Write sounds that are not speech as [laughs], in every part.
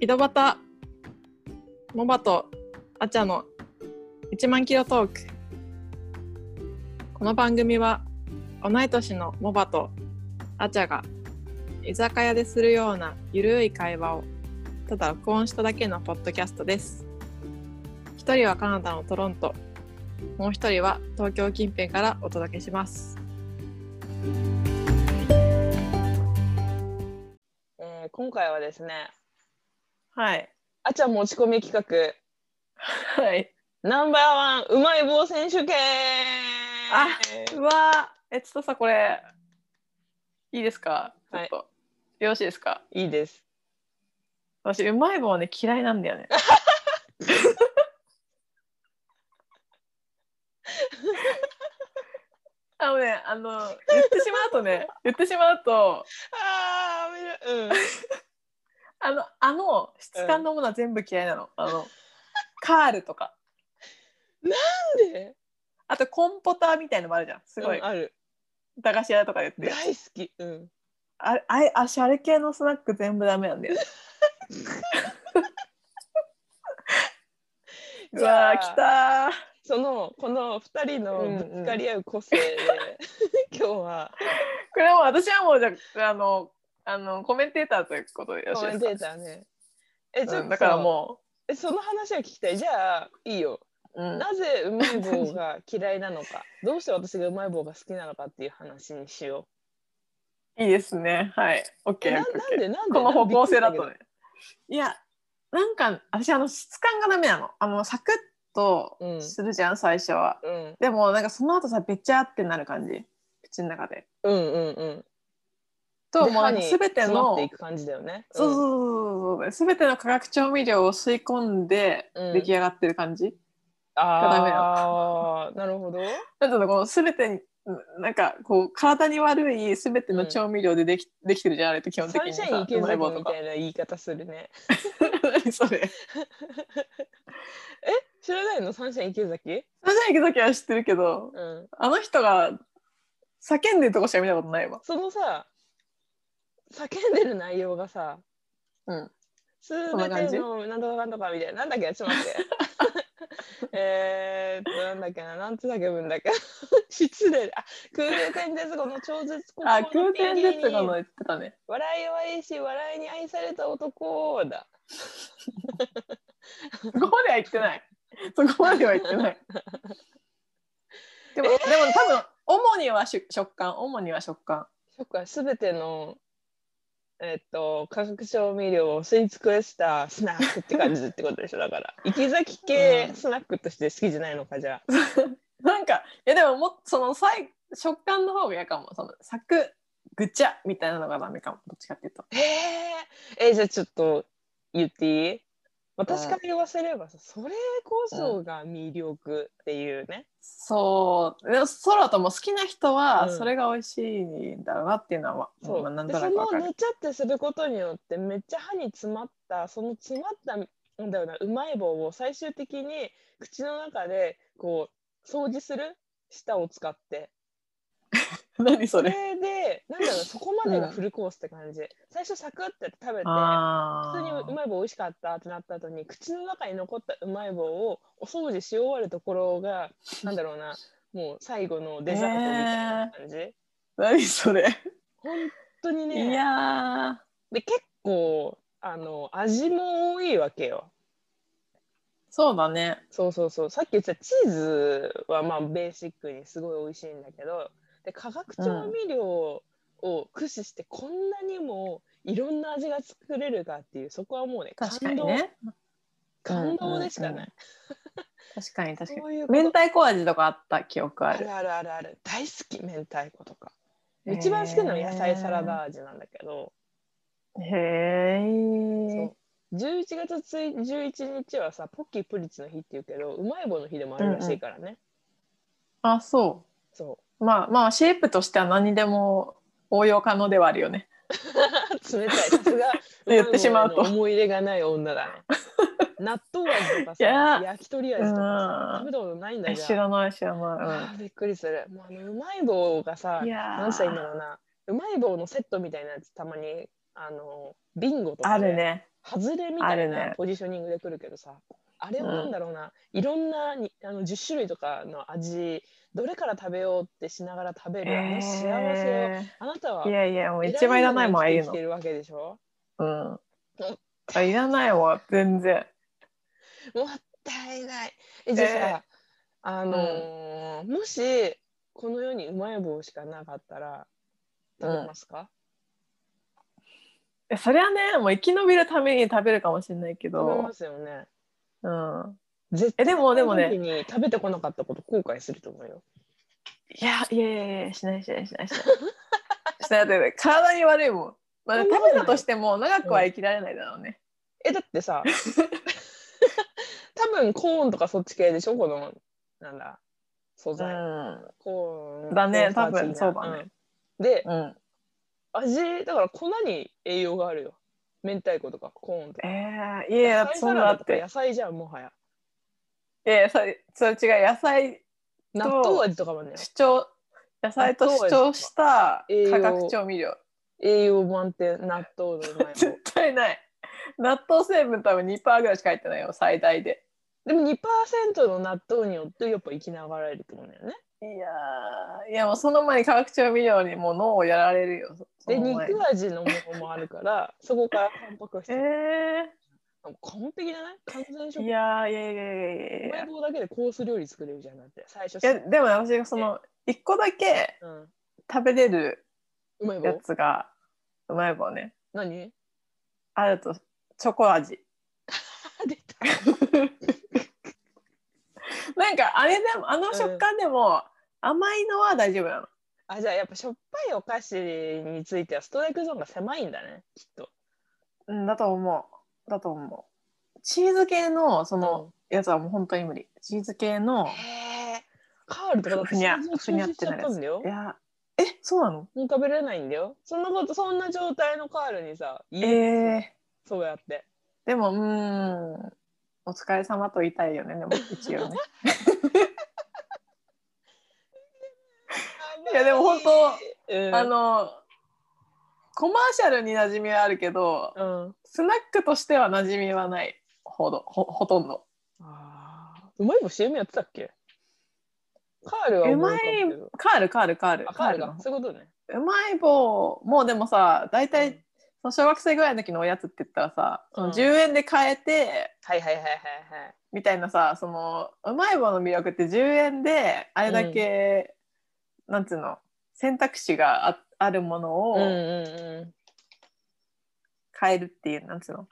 井戸端モバとアチャの1万キロトークこの番組は同い年のモバとアチャが居酒屋でするようなゆるい会話をただ録音しただけのポッドキャストです一人はカナダのトロントもう一人は東京近辺からお届けしますえー今回はですねはいあちゃん持ち込み企画はいナンバーワンうまい棒選手権あうわーえちょっとさこれいいですかちょっと、よろしいですかいいです私うまい棒ね嫌いなんだ [laughs] よねあのねあの言ってしまうとね言ってしまうとあーめ [laughs] るあのあの質感のものは全部嫌いなの,、あのカールとかうんであとコンポターみたいのもあるじゃんすごい、うんある駄菓子屋とかで言って大好きうんあれあれあしあれ系のスナック全部ダメなんだよねうわ [laughs] ーじゃあ来たーそのこの2人のぶつかり合う個性で、 [laughs] 今日はこれはもう私はもうじゃああのあのコメンテーターということでよろコしメいでンすかテーターねえちょっと、うんだからもえその話は聞きたいじゃあいいよう、うん、なぜうまい棒が嫌いなのかどうして私がうまい棒が好きなのかっていう話にしよいいですねはいう OK えななんでなんでこの方向性だとねねいやなんか私あの質感がダメなのあのサクッとするじゃん、最初はうんでもなんかその後さべちゃってなる感じ口の中でうんうんうん。とでもうなん歯かに全て詰まのっていく感じだよね。そうう。そうそうそうそう全ての化学調味料を吸い込んでうん出来上がってる感じ、ああ、なるほど。なんだろうこの全てになんかこう体に悪い全ての調味料ででき,、できてるじゃんあれって基本的サンにシさャイン池うまい崎棒とみかたいな言い方するね。 [laughs] 何それ知らないのサンシャイン池崎？サンシャイン池崎は知ってるけどうん。あの人が叫んでるとこしか見たことないわそのさ、叫んでる内容がさ、うんすんな感べじてのなんとかなんとかみたいななんだっけちょっと待 [laughs] って。えーっとなんだっけななんつ叫ぶんだっけ失礼あ空冷天絶後の超絶孤高あの空ペンギ天ンに絶後の言ってたね笑いはいいし笑いに愛された男だそこまでは言ってないそこまでは言っ [laughs] てないでも、でも多分主にはし食感主には食感そっか全てのえっと化学調味料を吸い尽くしたスナックって感じってことでしょだ [laughs] から行き先系うんスナックとして好きじゃないのかじゃあ [laughs] なんかいやでももっその最食感の方が嫌かもそのサクぐちゃみたいなのがダメかもどっちかっていうとへええじゃあちょっと言っていい私から言わせればさそれこそが魅力っていうね、そうでも空とも好きな人はうんそれが美味しいんだろうなっていうのは、そまあうなんでとそなくわのかるぬちゃってすることによってめっちゃ歯に詰まったその詰まったなんだよなうまい棒を最終的に口の中でこう掃除する舌を使って [laughs] 何そそれれでなんだろ [laughs] うそこまでがうんフルコースって感じ、最初サクッて食べてあ普通にうまい棒美味しかったってなった後に口の中に残ったうまい棒をお掃除し終わるところがなんだろうなもう最後のデザートみたいな感 [laughs] じ、ー何それ、本当にねいやーで結構あの味も多いわけよそうだねそうそうそうさっき言ってたチーズはまあベーシックにすごい美味しいんだけどで化学調味料を駆使してこんなにもいろんな味が作れるかっていうそこはもうね確か感に動ね感動でしかうんうんなうい、確かに確かにそういうこと明太子味とかあった記憶ああるるあるあるある大好き明太子とか一番好きなのは野菜サラダ味なんだけど、へえそう11月11日はさポッキープリッツの日っていうけどうまい棒の日でもあるらしいからね、あそうそまあまあシェイプとしては何にでも応用可能ではあるよね。う [laughs] 冷たいさす [laughs] が言ってしまうとまい棒への思い入れがない女 [laughs] だね納豆味とかいやさ焼き鳥味とかさう食んべたことないんだえじ知ゃんらない知らなあーびっくりするもうあのうまい棒がさい。うん、いやー何歳だろうなうまい棒のセットみたいなやつたまにあのビンゴとあかでるね。外れみたいあるなねポジショニングで来るけどさあ,、れはなんだろうな、いろんなにあの10種類とかの味どれから食べようってしながら食べるあの幸せを、えあなたはーいやいやもう一番いらないもんああ選いうばずに生きてきのてるわけでしょうんあいらないわ全然もったいない。えじゃあさ、えーあのーもしこの世にうまい棒しかなかったら食べますか、えそれはねもう生き延びるために食べるかもしれないけ食べどますよね。うん絶えでもでもねこの時に食べてこなかったこと後悔すると思うよ。いやいやいやいやしないしないしないしない [laughs] しないだって体に悪いもん、まあ、そん食なことないべたとしても長くは生きられないだろうね、えだって [laughs] さ多分コーンとかそっち系でしょこのなんだ素う材、んコーンだねコーンスターチ多分そうだね、うんでうん味だから粉に栄養があるよ明太子とかコーンとかえー、いやいや野菜そサんラなだダっとかて野菜じゃんもはやいやいやそれそれ違う野菜納豆味とかもね主張野菜と主張した栄養化学調味料栄養満点納豆のうまい棒絶対ない納豆成分多分2%ぐらいしか入ってないよ最大ででも2%の納豆によってやっぱ生きながらえるってことだよねいやーいやもうその前に化学調味料にもう脳をやられるよそでその前に肉味のものもあるから [laughs] そこからタンパク質、え完璧じゃない完全ー、食いうやーいやいやいやいやいまやい棒だけでコース料理作れるじゃんだって最初いやでも私がその1個だけうん、食べれるうまいや棒つがうまい棒ね何 [laughs] あるとチョコ味出たなんかあれでもあの食感でも甘いのは大丈夫なのあじゃあやっぱしょっぱいお菓子についてはストライクゾーンが狭いんだねきっとうん、だと思う。だと思う。チーズ系のそのやつはもう本当に無理。チーズ系のへえカールとかだってふにゃ想像ふにゃってしちゃっなるたやつんだよいやえそうなの？もう食べれないんだよそんなことそんな状態のカールにさえ家にえそうやってーでもうーんお疲れ様と言いたいよねでも一応ね。いやでも本当、 [laughs] うん、あのコマーシャルに馴染みはあるけどうんスナックとしては馴染みはないほどほほとんど。あーうまい棒 CM やってたっけカールはう思浮まいかぶけどカールカールカールあカールのが方そういうことねうまい棒もうでもさ大体、うんその小学生ぐらいの時のおやつって言ったらさ、そのうん10円で買えてはいはいはいはいはいみたいなさそのうまい棒の魅力って10円であれだけ、なんつうの選択肢がああるものうんをうんうん買えるっていう、なんつうの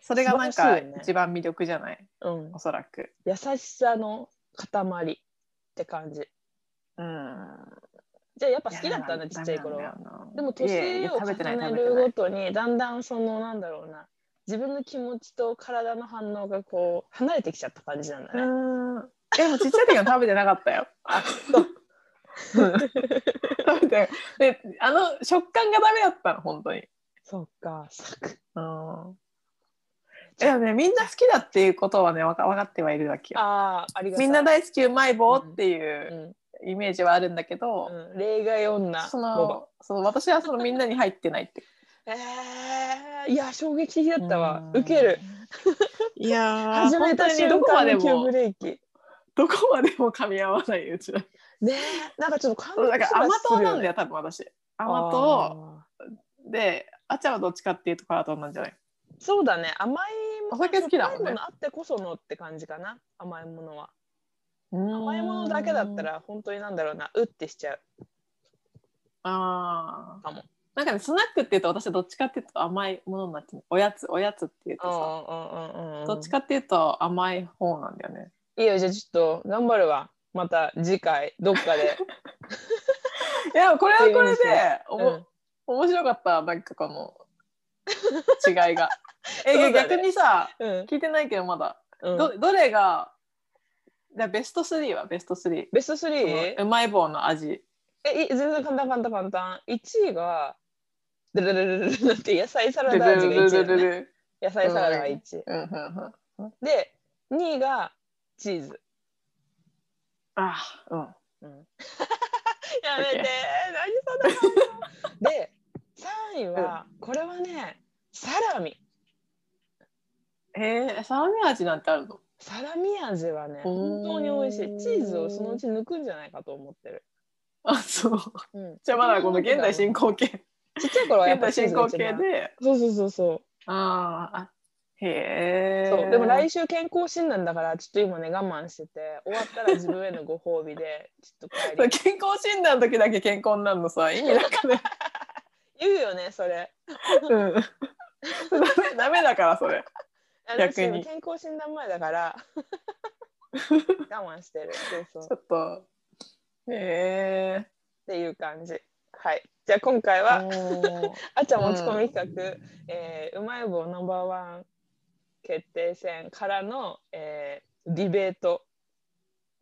それがなん素晴らかしいよね一番魅力じゃないうんおそらく。優しさの塊って感じうん、じゃあやっぱ好きだったんだいやちっちゃい頃ダはメなんだよなでもいやい年やを食重べてないね食べるてないごとにだんだんそのなんだろうな自分の気持ちと体の反応がこう離れてきちゃった感じなんだうね。ーんでもちっちゃい時は食べてなかったよ。あ [laughs] そううん食べてないであの食感がダメだったの本当に。そっかサクうん。いやねみんな好きだっていうことはねわか分かってはいるわけよ。あーありがたいみんな大好きうまい棒っていううんイメージはあるんだけど、うん、例外女そボバのそう私はそのみんなに入ってないって。えー、いや衝撃的だったわウケる。いや始めた瞬どこま間でのも急ブレーキどこまでも噛み合わないうちら。ねえなんかちょっと感そうだから甘党なんよだよ多分私。甘党あであちゃんはどっちかっていうと辛党なんじゃないーそうだね甘いお酒好きだもん甘ねいものあってこそのって感じかな甘いものは甘いものだけだった。ら本当になんだろうなうってしちゃうああ。かも。なんかねスナックっていうと私はどっちかっていうと甘いものになってるおやつおやつっていうとさ。うんうんどっちかっていうと甘い方なんだよね。いいよじゃあちょっと頑張るわまた次回どっかでいやこれはこれでおうも、ん面白かったなんか [laughs] この違いが。え、そうだね逆にさうん聞いてないけどまだ、うんどどれがじゃあベスト3はベスト3。ベストそ 3? のうまい棒の味。え、い全然簡単簡単簡単。1位が、ルルルルルルって野菜サラダ味が1位だね、ル。野菜サラダが1位。うんうんうん。で、2位がチーズ。あーうん。うん、やめて、何そんなの。で、3位は、これはね、サラミ。へえ、サラミ味なんてあるの。 [laughs] サラミ味はねおー本当に美味しいチーズをそのうち抜くんじゃないかと思ってる、あ、そう。うん、じゃあまだこの現代進行形、ちっちゃい頃はやっ現ぱ代チー進ズが行一形番で。そうそうそうそうあーあ、へえ。そうでも来週健康診断だからちょっと今ね我慢してて終わったら自分へのご褒美で [laughs] ちょっと帰そりう健康診断の時だけ健康になるのさ意味なくね、言うよねそれうん、ダメダメだからそれ私逆健に康診断前だから [laughs] 我慢してるそうちそうょっとへっえていう感じはいじゃあ今回はおーあっちゃん持ち込み企画、うえーうまい棒ナンバーワン決定戦からの、えーディベート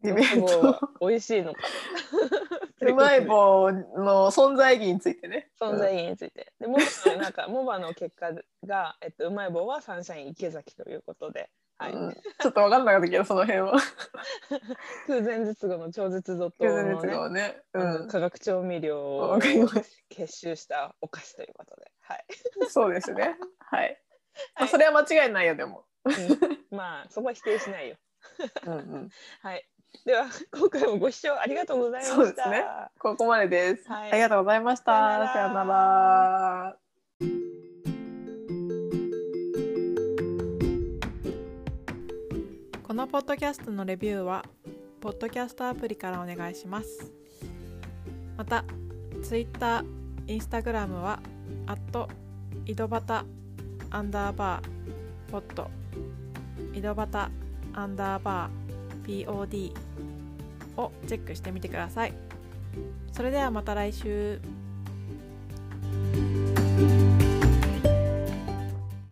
ディベーうまいト棒は美味しいのか [laughs] うまい棒の存在意義についてね存在意義について。で、モバのなんか、モバの結果が、えっと、うまい棒はサンシャイン池崎ということで。はい。うんちょっと分かんなかったけどその辺は空前絶後の超絶怒 [laughs] 九涛の熱ね、号ねうあのん化学調味料をわかりまし結集したお菓子ということで。はい。たそうですねはい、はまあ、いそれは間違いないよでもうんまあ、そこは否定しないよ。うんうんはい。では、今回もご視聴ありがとうございました。そうですねここまでです、はいありがとうございましたささよよならならこのポッドキャストのレビューはポッドキャストアプリからお願いしますまた Twitter、Instagram は「井戸端アンダーバーポッド」井戸端アンダーバー POD をチェックしてみてくださいそれではまた来週